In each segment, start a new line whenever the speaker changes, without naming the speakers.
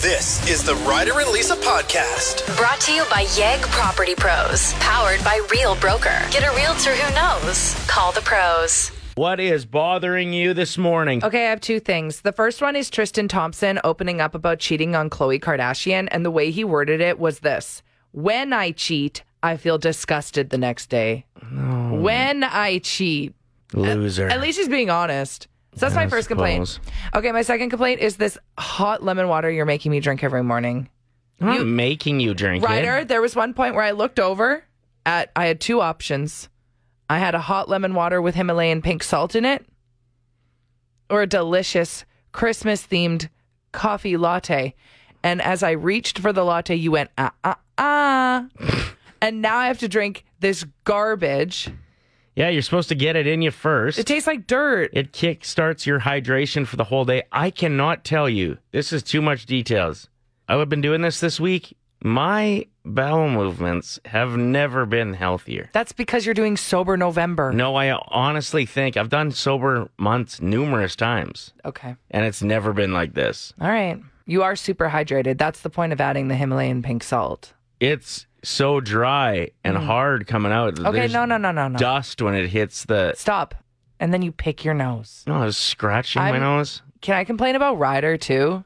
This is the Ryder and Lisa podcast.
Brought to you by Yegg Property Pros, powered by Real Broker. Get a realtor who knows. Call the pros.
What is bothering you this morning?
Okay, I have two things. The first one is Tristan Thompson opening up about cheating on Khloe Kardashian, and the way he worded it was this When I cheat, I feel disgusted the next day. When I cheat.
Loser.
At least she's being honest. So that's
I
my first complaint.
suppose.
Okay, my second complaint is this hot lemon water you're making me drink every morning.
I'm not making you drink
Ryder,
it.
there was one point where I looked over at I had two options. I had a hot lemon water with Himalayan pink salt in it, or a delicious Christmas themed coffee latte. And as I reached for the latte, you went ah ah ah, and now I have to drink this garbage.
Yeah, you're supposed to get it in you first.
It tastes like dirt.
it kick starts your hydration for the whole day. I cannot tell you. This is too much details. I've been doing this this week. My bowel movements have never been healthier.
That's because you're doing sober November.
No, I honestly think I've done sober months numerous times,
Okay.
and it's never been like this.
All right. You are super hydrated. That's the point of adding the Himalayan pink salt.
It's so dry and hard coming out.
Mm. Okay,
There's
no, no, no, no, no.
Dust when it hits the.
Stop. And then you pick your nose.
No, I was scratching my
I'm-
nose.
Can I complain about Ryder too?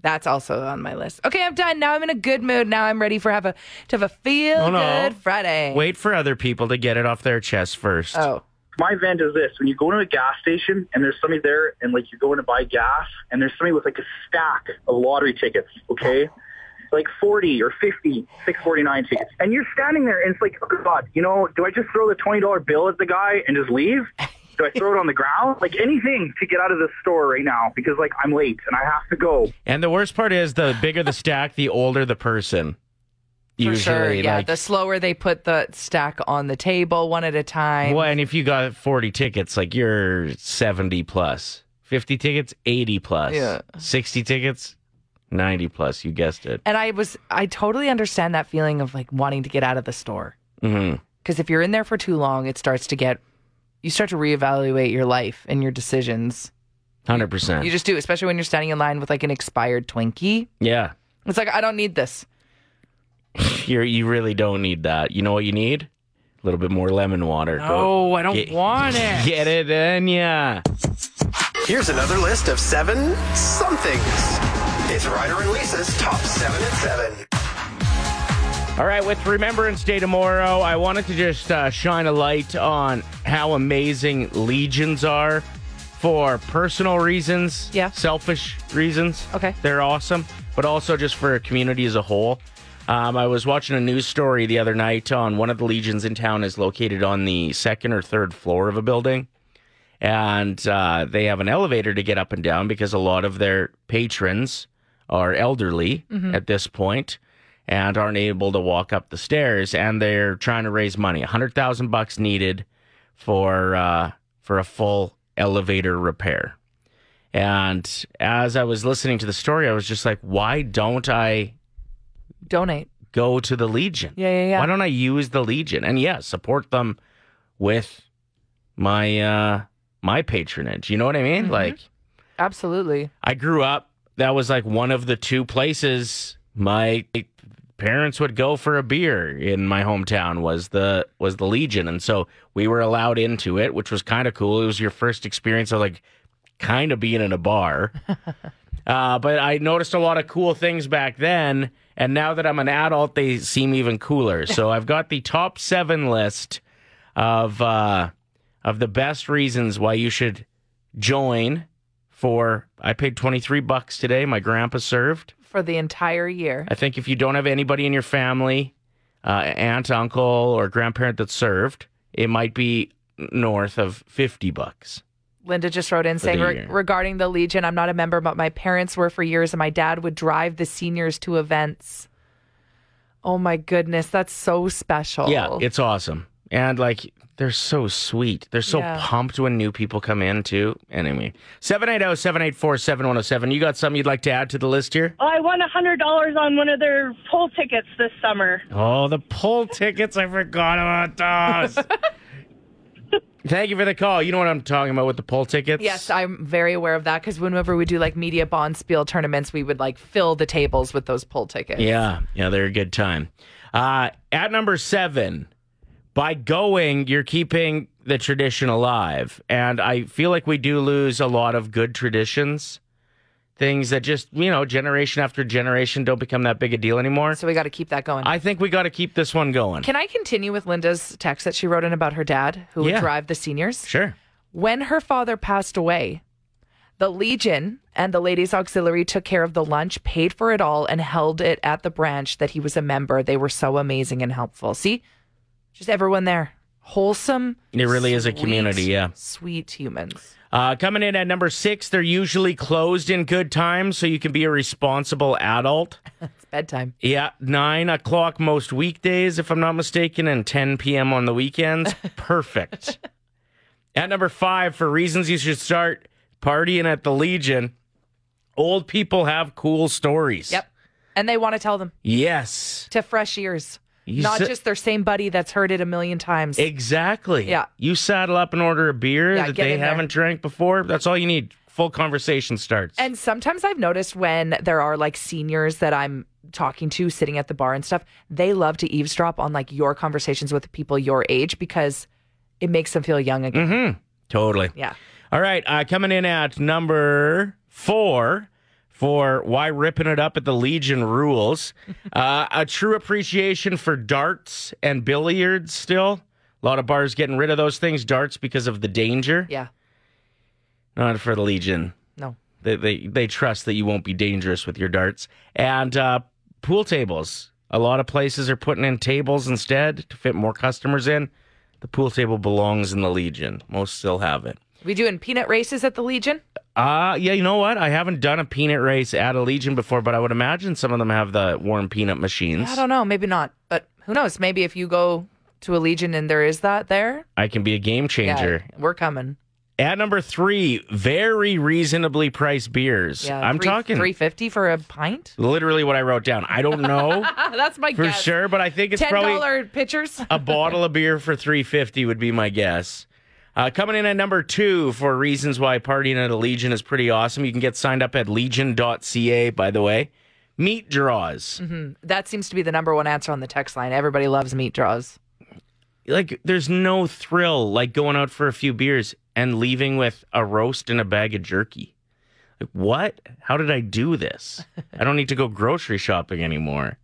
That's also on my list. Okay, I'm done. Now I'm in a good mood. Now I'm ready for have a to have a feel
Oh, no.
good Friday.
Wait for other people to get it off their chest first.
Oh.
my vent is this: when you go to a gas station and there's somebody there, and like you're going to buy gas, and there's somebody with like a stack of lottery tickets, okay, like 40 or 50, 649 tickets, and you're standing there, and it's like, oh God, you know, do I just throw the twenty dollar bill at the guy and just leave? Do I throw it on the ground? Like anything to get out of this store right now because like I'm late and I have to go.
And the worst part is the bigger the stack, the older the person.
For
Usually,
sure. Yeah.
like,
the slower they put the stack on the table one at a time.
well, and if you got 40 tickets, like you're 70 plus. 50 tickets, 80 plus.
Yeah.
60 tickets, 90 plus. You guessed it.
And I was I totally understand that feeling of like wanting to get out of the store.
hmm
Because if you're in there for too long, it starts to get you start to reevaluate your life and your decisions.
100%.
You just do, especially when you're standing in line with like an expired Twinkie.
yeah.
It's like I don't need this.
You're, you really don't need that. You know what you need? A little bit more lemon water.
No, Oh, I don't
Get-
want it.
Get it in ya.
Here's another list of seven somethings. It's Ryder and Lisa's top seven and seven.
All right, with Remembrance Day tomorrow, I wanted to just uh, shine a light on how amazing legions are for personal reasons,
Yeah.
selfish reasons.
Okay.
They're awesome, but also just for a community as a whole. Um, I was watching a news story the other night on one of the legions in town is located on the second or third floor of a building. And uh, they have an elevator to get up and down because a lot of their patrons are elderly at this point and aren't able to walk up the stairs. And they're trying to raise money. 100000 bucks needed for uh, for a full elevator repair. And as I was listening to the story, I was just like, why don't I
Donate.
go to the Legion?
Yeah, yeah, yeah.
Why don't I use the Legion? And yeah, support them with my uh my patronage. You know what I
Mm-hmm.
mean? Like
Absolutely.
I grew up, that was like one of the two places my parents would go for a beer in my hometown was the was the Legion. And so we were allowed into it, which was kind of cool. It was your first experience of like kind of being in a bar. uh, but I noticed a lot of cool things back then. And now that I'm an adult, they seem even cooler. So I've got the top seven list of uh, of the best reasons why you should join for I paid 23 bucks today. My grandpa served.
For the entire year.
I think if you don't have anybody in your family, uh, aunt, uncle, or grandparent that served, it might be north of 50 bucks.
Linda just wrote in saying
the
"Re-
year.
regarding the Legion, I'm not a member, but my parents were for years, and my dad would drive the seniors to events. Oh my goodness, that's so special.
Yeah, it's awesome. And like they're so sweet. They're so
Yeah.
pumped when new people come in too. Anyway, oh, 780-784-7107. You got something you'd like to add to the list here?
I won a hundred dollars on one of their pool tickets this summer.
Oh, the poll tickets. I forgot about those. Thank you for the call. You know what I'm talking about with the poll tickets?
Yes, I'm very aware of that because whenever we do like media bond spiel tournaments, we would like fill the tables with those poll tickets.
Yeah, yeah, they're a good time. Uh, at number seven, by going, you're keeping the tradition alive, and I feel like we do lose a lot of good traditions, things that just you know generation after generation don't become that big a deal anymore.
So we got to keep that going.
I think we got to keep this one going.
Can I continue with Linda's text that she wrote in about her dad who would
Yeah.
drive the seniors?
Sure.
When her father passed away, the Legion and the Ladies Auxiliary took care of the lunch, paid for it all, and held it at the branch that he was a member. They were so amazing and helpful. See, just everyone there. Wholesome.
It really is a
sweet,
community, yeah.
Sweet humans.
Uh, coming in at number six, they're usually closed in good time, so you can be a responsible adult.
It's bedtime.
Yeah, nine o'clock most weekdays, if I'm not mistaken, and 10 p.m. on the weekends. Perfect. at number five, for reasons you should start partying at the Legion, old people have cool stories.
Yep. And they want to tell them
Yes.
to fresh ears,
You
not
sa-
just their same buddy that's heard it a million times.
Exactly.
Yeah.
You saddle up and order a beer
Yeah,
that
get
they
in there.
haven't drank before. That's all you need. Full conversation starts.
And sometimes I've noticed when there are like seniors that I'm talking to sitting at the bar and stuff, they love to eavesdrop on like your conversations with people your age because it makes them feel young again.
totally.
Yeah.
All right, uh, coming in at number four for why ripping it up at the Legion rules. Uh, a true appreciation for darts and billiards. Still, a lot of bars getting rid of those things. Darts because of the danger.
Yeah.
Not for the Legion.
No.
They they they trust that you won't be dangerous with your darts and uh, pool tables. A lot of places are putting in tables instead to fit more customers in. The pool table belongs in the Legion. Most still have it.
We doing peanut races at the Legion?
Uh, yeah, you know what? I haven't done a peanut race at a Legion before, but I would imagine some of them have the warm peanut machines.
I don't know. Maybe not. But who knows? Maybe if you go to a Legion and there is that there,
I can be a game changer.
yeah, we're coming.
At number three, very reasonably priced beers.
Yeah.
I'm
three-
talking
350 for a pint?
literally what I wrote down. I don't know
Ah, that's my
for
guess.
sure, but I think it's
$10
probably
pitchers?
a bottle of beer for 350 would be my guess. Uh, coming in at number two for reasons why partying at a Legion is pretty awesome. You can get signed up at legion.ca, by the way. Meat draws.
That seems to be the number one answer on the text line. Everybody loves meat draws.
like there's no thrill like going out for a few beers and leaving with a roast and a bag of jerky. Like what? How did I do this? I don't need to go grocery shopping anymore.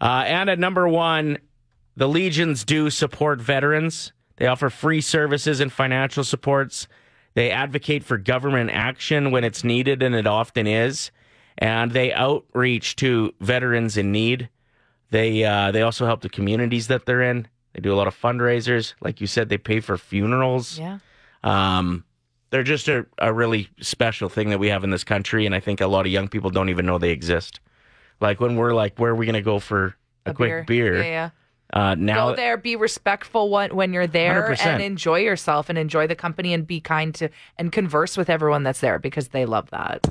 Uh, and at number one, the legions do support veterans. They offer free services and financial supports. They advocate for government action when it's needed, and it often is. And they outreach to veterans in need. They uh, they also help the communities that they're in. They do a lot of fundraisers. Like you said, they pay for funerals.
Yeah.
Um, they're just a, a really special thing that we have in this country, and I think a lot of young people don't even know they exist. Like when we're like, where are we going to go for a, quick beer?
Yeah, yeah.
Uh, now,
Go there, be respectful when, when you're there,
100%.
and enjoy yourself and enjoy the company and be kind to and converse with everyone that's there because they love that.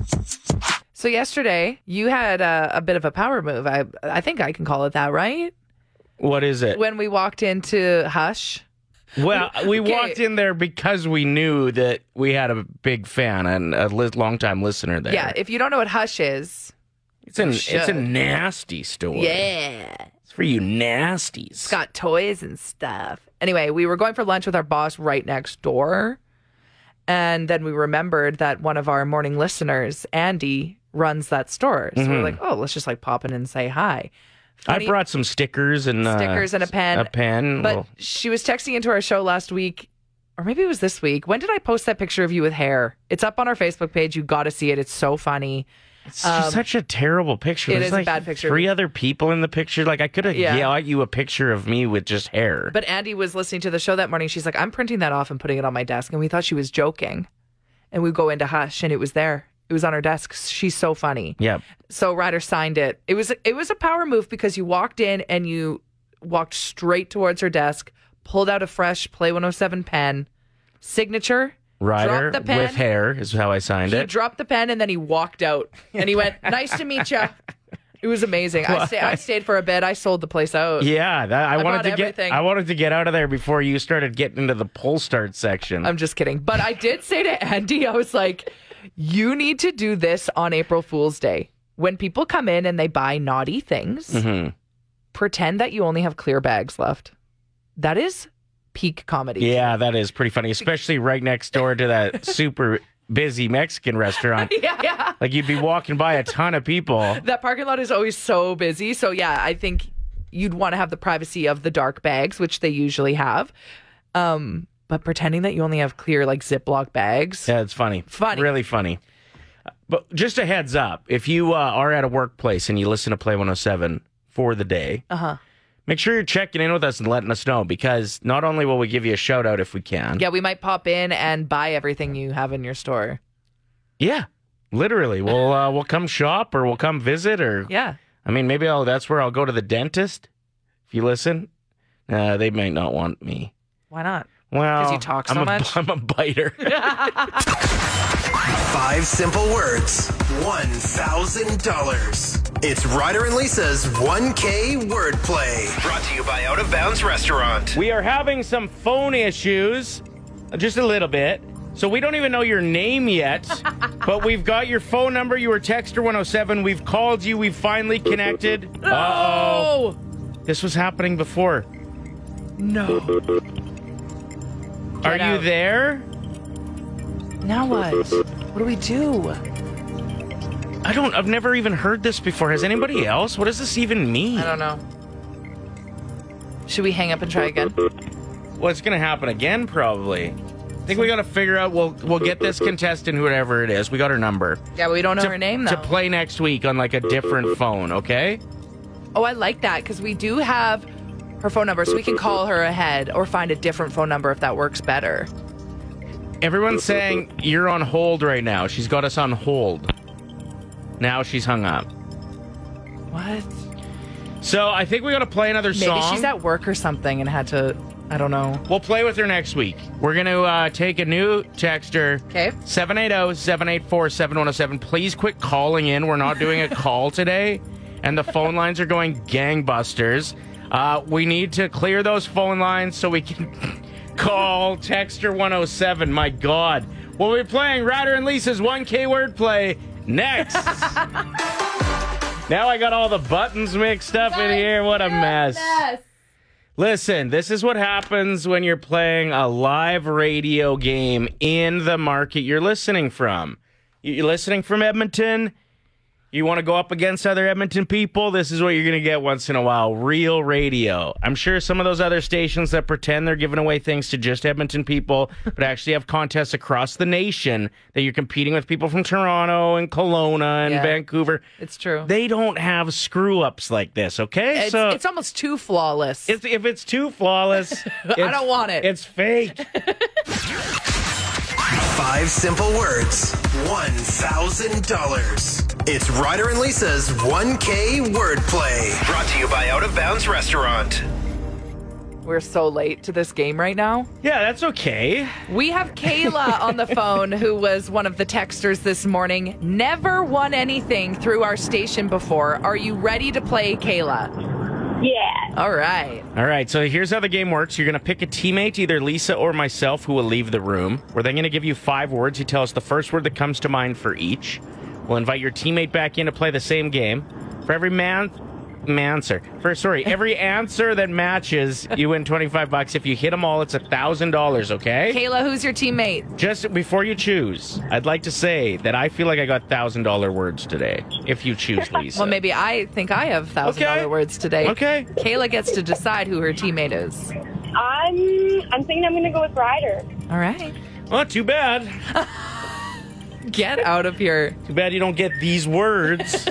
So yesterday you had a, a bit of a power move. I I think I can call it that, right?
what is it?
When we walked into Hush,
Well, we
Okay.
walked in there because we knew that we had a big fan and a li- longtime listener there.
yeah. If you don't know what Hush is,
it's an it's a
should.
nasty store.
yeah,
it's for you nasties.
it's got toys and stuff. Anyway, we were going for lunch with our boss right next door, and then we remembered that one of our morning listeners, Andy, runs that store. So we're like, oh, let's just like pop in and say hi.
Mm-hmm. I brought some stickers and uh,
Stickers and a pen,
A pen.
But
Well,
she was texting into our show last week, or maybe it was this week. When did I post that picture of you with hair? It's up on our Facebook page. You got to see it. It's so funny.
it's just such a terrible picture.
Um, it
There's
is a
like
bad picture.
Three other people in the picture. Like I could have
Yeah.
yelled at you a picture of me with just hair.
But Andy was listening to the show that morning. She's like, I'm printing that off and putting it on my desk. And we thought she was joking. And we go into Hush, and it was there. It was on her desk. She's so funny.
yeah,
So Ryder signed it. It was it was a power move because you walked in and you walked straight towards her desk, pulled out a fresh Play 107 pen, signature,
Ryder
dropped the pen,
with hair is how I signed
He
it.
dropped the pen and then he walked out and he went, "Nice to meet you." It was amazing. I, sta- I stayed for a bit. I sold the place out.
Yeah, that, I, wanted
bought
to
everything.
get I wanted to get out of there before you started getting into the pull start section.
I'm just kidding. But I did say to Andy, I was like, you need to do this on April Fool's Day. When people come in and they buy naughty things,
Mm-hmm.
pretend that you only have clear bags left. That is peak comedy.
yeah, that is pretty funny, especially right next door to that super busy Mexican restaurant.
Yeah. yeah.
Like you'd be walking by a ton of people.
That parking lot is always so busy. So, yeah, I think you'd want to have the privacy of the dark bags, which they usually have. Um, but pretending that you only have clear, like Ziploc bags.
Yeah, it's funny.
Funny.
Really funny. But just a heads up if you uh, are at a workplace and you listen to Play 107 for the day,
Uh-huh.
make sure you're checking in with us and letting us know because not only will we give you a shout out if we can,
Yeah, we might pop in and buy everything you have in your store.
yeah, literally, we'll, uh, we'll come shop or we'll come visit or
Yeah.
I mean, maybe I'll, that's where I'll go to the dentist. If you listen, uh, they might not want me.
Why not?
Well,
'Cause you talk so
I'm a,
much?
am a biter.
Five simple words, $1,000. It's Ryder and Lisa's 1K wordplay. Brought to you by Out of Bounds Restaurant.
we are having some phone issues, just a little bit. So we don't even know your name yet, but we've got your phone number. You were texter 107. We've called you. We've finally connected. Uh oh.
Oh,
This was happening before.
no.
are you
out.
there?
Now what? What do we do?
I don't, I've never even heard this before. Has anybody else? What does this even mean?
I don't know. Should we hang up and try again?
Well, it's gonna happen again, probably. I think we gotta figure out. We'll we'll get this contestant, whatever it is. We got her number
Yeah, we don't know
to,
her name though.
to play next week on like a different phone. Okay.
oh, I like that because we do have her phone number, so we can call her ahead or find a different phone number if that works better.
Everyone's saying you're on hold right now. She's got us on hold. Now she's hung up.
What?
So I think we gotta play another
Maybe
song.
she's at work or something and had to. I don't know.
We'll play with her next week. We're going to uh, take a new texter. oh,
'Kay.
780 784 7107. Please quit calling in. We're not doing a call today, and the phone lines are going gangbusters. Uh, we need to clear those phone lines so we can call texter 107. My God. We'll be playing Ryder and Lisa's 1K word play next. now I got all the buttons mixed up in here. What a mess. Listen, this is what happens when you're playing a live radio game in the market you're listening from. You- You're listening from Edmonton. You want to go up against other Edmonton people? This is what you're going to get once in a while real radio. I'm sure some of those other stations that pretend they're giving away things to just Edmonton people, but actually have contests across the nation that you're competing with people from Toronto and Kelowna and
Yeah.
Vancouver.
It's true.
They don't have screw ups like this, okay?
it's, it's almost too flawless.
It's, if it's too flawless, it's-
don't want it.
It's fake.
Five simple words, $1,000. It's Ryder and Lisa's 1K wordplay. Brought to you by Out of Bounds Restaurant.
We're so late to this game right now.
yeah, that's okay.
We have Kayla on the phone, who was one of the texters this morning. Never won anything through our station before. Are you ready to play, Kayla?
Yeah.
All right.
All right, so here's how the game works. You're going to pick a teammate, either Lisa or myself, who will leave the room. We're then going to give you five words. You tell us the first word that comes to mind for each. We'll invite your teammate back in to play the same game. For every man, manser, for sorry, every answer that matches, you win 25 bucks. If you hit them all, it's a thousand dollars. Okay.
Kayla, who's your teammate?
Just before you choose, I'd like to say that I feel like I got thousand dollar words today. If you choose Lisa,
Well, maybe I think I have thousand dollar
Okay.
words today.
Okay.
Kayla gets to decide who her teammate is.
I'm I'm thinking I'm gonna go with Ryder.
All right.
Well, too bad.
Get out of here.
Too bad you don't get these words.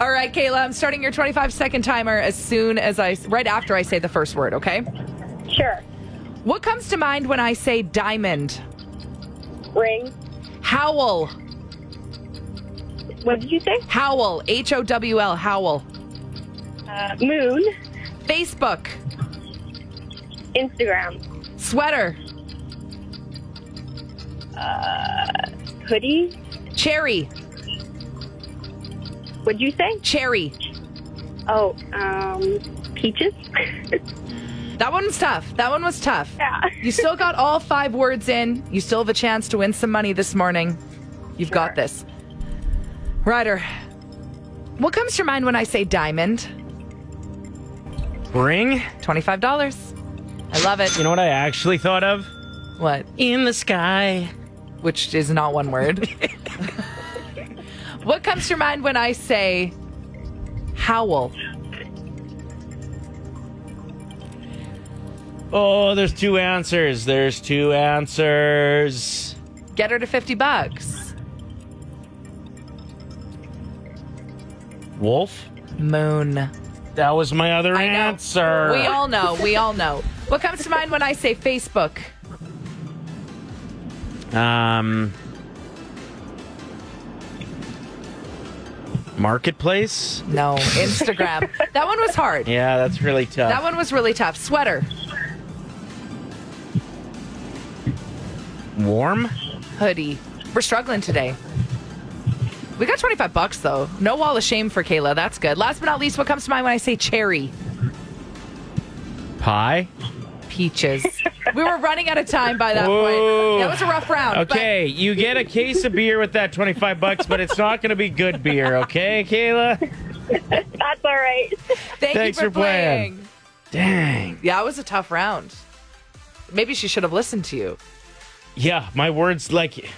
All right, Kayla, I'm starting your 25 second timer as soon as I, right after I say the first word, okay?
Sure.
What comes to mind when I say diamond?
Ring.
Howl.
What did you say?
Howl. H O W L. Howl.
Uh, moon.
Facebook.
Instagram.
Sweater.
Hoodie.
Cherry.
Would you say?
Cherry.
Oh, um, peaches.
That one was tough. That one was tough.
Yeah.
You still got all five words in. You still have a chance to win some money this morning. You've got this. Ryder, what comes to your mind when I say diamond?
Ring?
$25. I love it.
You know what I actually thought of?
What?
In the sky.
Which is not one word. what comes to your mind when I say howl?
Oh, there's two answers. There's two answers.
Get her to 50 bucks.
Wolf?
Moon.
That was my other
I know.
answer.
We all know. We all know. What comes to mind when I say Facebook?
Um, marketplace.
No. Instagram. that one was hard.
Yeah, that's really tough.
That one was really tough. Sweater,
Warm.
hoodie. We're struggling today. We got 25 bucks though. No wall of shame for Kayla. That's good. Last but not least, what comes to mind when I say cherry?
Pie.
Peaches. we were running out of time by that
Whoa.
point. That was a rough round. but
Okay, you get a case of beer with that twenty-five bucks, but it's not going to be good beer. Okay, Kayla.
That's all right.
thank
Thanks
you for,
for playing.
playing.
Dang.
Yeah, it was a tough round. Maybe she should have listened to you.
Yeah, my words like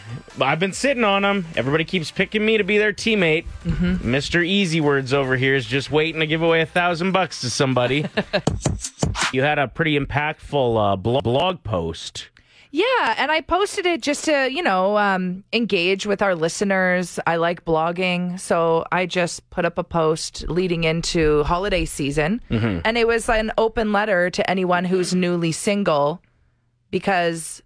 I've been sitting on them. Everybody keeps picking me to be their teammate.
Mm-hmm.
Mister Easy Words over here is just waiting to give away a thousand bucks to somebody. you had a pretty impactful uh, blo- blog post.
Yeah, and I posted it just to, you know, um, engage with our listeners. I like blogging. So I just put up a post leading into holiday season. And it was an open letter to anyone who's newly single because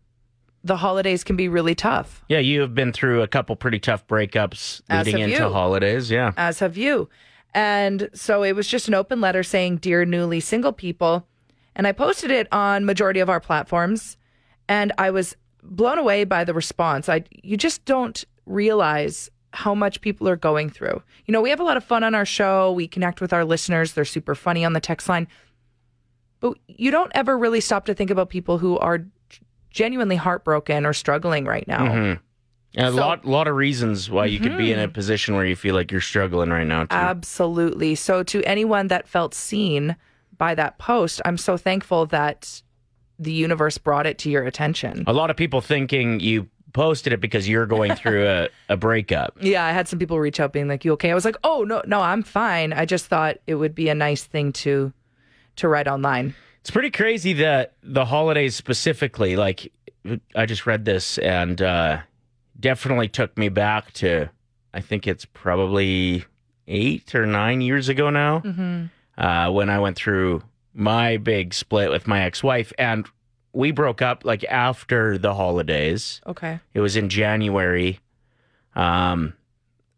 the holidays can be really tough,
Yeah, you have been through a couple pretty tough breakups
As
leading
have
into
you.
holidays. Yeah.
as have you. And so it was just an open letter saying, Dear newly single people. And I posted it on majority of our platforms. and I was blown away by the response. I you just don't realize how much people are going through. You know, we have a lot of fun on our show. We connect with our listeners. They're super funny on the text line. But you don't ever really stop to think about people who are genuinely heartbroken or struggling right now.
And a
So- Mm-hmm.
lot, lot of reasons why you could be in a position where you feel like you're struggling right now. Too.
Absolutely. So, to anyone that felt seen by that post, I'm so thankful that the universe brought it to your attention.
a lot of people thinking you posted it because you're going through a, a breakup.
Yeah, I had some people reach out being like, "You okay?" I was like, "Oh no, no, I'm fine." I just thought it would be a nice thing to to write online.
It's pretty crazy that the holidays specifically, like I just read this and uh, definitely took me back to, I think it's probably eight or nine years ago now.
Mm-hmm.
uh, when I went through my big split with my ex wife. And we broke up like after the holidays.
Okay.
It was in January um,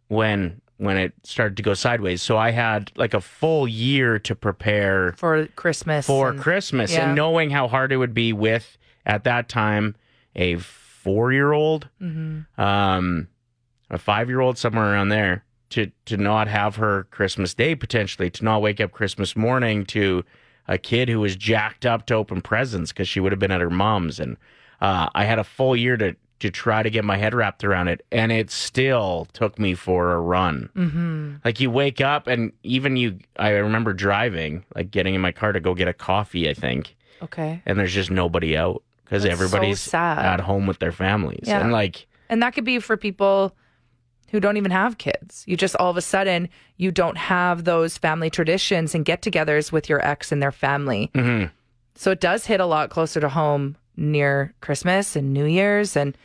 when when it started to go sideways. So I had like a full year to prepare
For Christmas.
for
and-
Christmas
yeah.
and knowing how hard it would be with, at that time, a four year old
Mhm.
um, a five year old somewhere around there to to not have her Christmas Day potentially to not wake up Christmas morning to a kid who was jacked up to open presents because she would have been at her mom's and uh, I had a full year to to try to get my head wrapped around it and it still took me for a run. Like you wake up and even you I remember driving like getting in my car to go get a coffee I think
Okay.
and there's just nobody out because
That's so
everybody's
sad.
at home with their families
Yeah.
and like
And that could be for people who don't even have kids. You just all of a sudden you don't have those family traditions and get-togethers with your ex and their family.
mhm.
So it does hit a lot closer to home near Christmas and New Year's and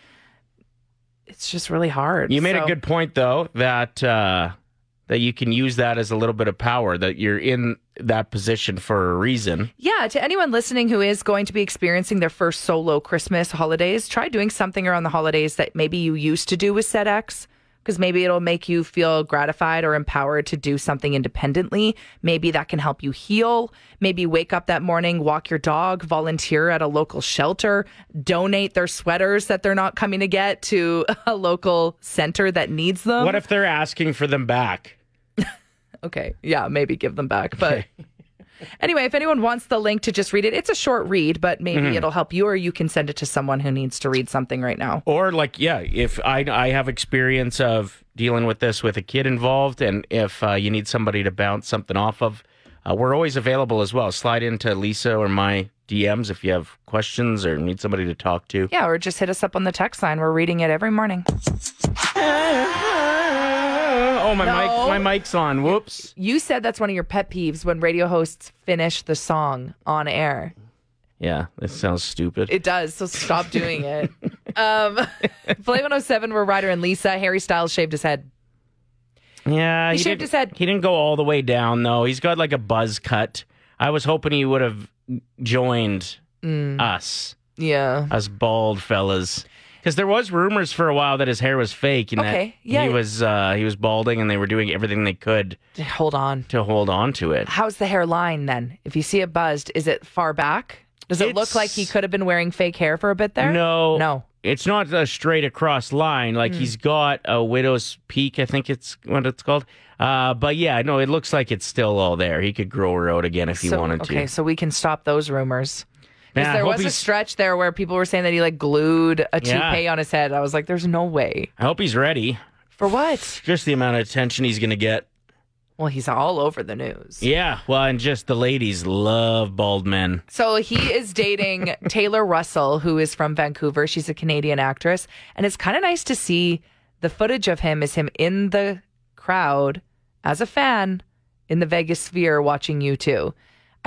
it's just really hard.
You made
So-
a good point though that uh, that you can use that as a little bit of power that you're in that position for a reason.
Yeah, to anyone listening who is going to be experiencing their first solo Christmas holidays, try doing something around the holidays that maybe you used to do with said ex, because maybe it'll make you feel gratified or empowered to do something independently. Maybe that can help you heal. Maybe wake up that morning, walk your dog, volunteer at a local shelter, donate their sweaters that they're not coming to get to a local center that needs them.
What if they're asking for them back?
Okay. Yeah, maybe give them back. But anyway, if anyone wants the link to just read it, it's a short read, but maybe it'll help you or you can send it to someone who needs to read something right now.
or like yeah if i i have experience of dealing with this with a kid involved and if uh, you need somebody to bounce something off of uh, we're always available as well slide into lisa or my dms if you have questions or need somebody to talk to
Yeah, or just hit us up on the text line. We're reading it every morning.
oh my
No.
mic my mic's on whoops
You said that's one of your pet peeves when radio hosts finish the song on air.
yeah this sounds stupid
It does, so stop doing it. um Play 107 were Ryder and Lisa. Harry Styles shaved his head.
yeah
He shaved
didn't-
his head.
he didn't go all the way down though he's got like a buzz cut i was hoping he would have joined
Mm.
us
Yeah.
us bald fellas. Because there was rumors for a while that his hair was fake and that
Okay, yeah.
he was uh, he was balding, and they were doing everything they could
Hold on.
to hold on to it.
How's the hairline then? If you see it buzzed, is it far back? Does it look
It's-
like he could have been wearing fake hair for a bit there?
No,
No. Hmm.
it's not a straight across line. Like he's got a widow's peak, I think it's what it's called. Uh, but yeah, no, it looks like it's still all there. He could grow her out again if he
so,
wanted
okay,
to.
so we can stop those rumors.
Man,
Because
I
there
hope
was a
he's-
stretch there where people were saying that he like glued a
Yeah.
toupee on his head. I was like, there's no way.
I hope he's ready.
For what?
Just the amount of attention he's gonna get.
Well, he's all over the news.
Yeah, well, and just the ladies love bald men.
So he is dating Taylor Russell, who is from Vancouver. She's a Canadian actress. And it's kind of nice to see the footage of him is him in the crowd as a fan in the Vegas sphere watching you two.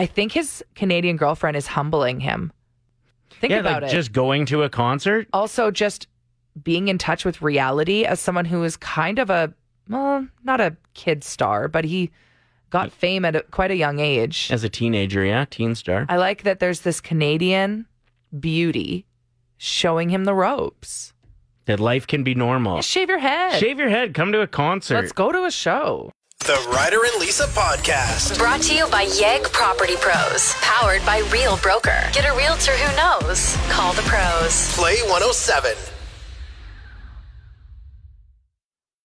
I think his Canadian girlfriend is humbling him. Think
yeah,
about
like
it.
just going to a concert.
also just being in touch with reality as someone who is kind of a well, not a kid star, but he got fame at a, quite a young age.
As a teenager, yeah, teen star.
I like that there's this Canadian beauty showing him the ropes.
That life can be normal.
Shave your head.
Oh. Shave your head. Come to a concert.
Let's go to a show.
The Ryder and Lisa podcast.
Brought to you by Yegg Property Pros, powered by Real Broker. Get a realtor who knows. Call the pros.
oh Play 107.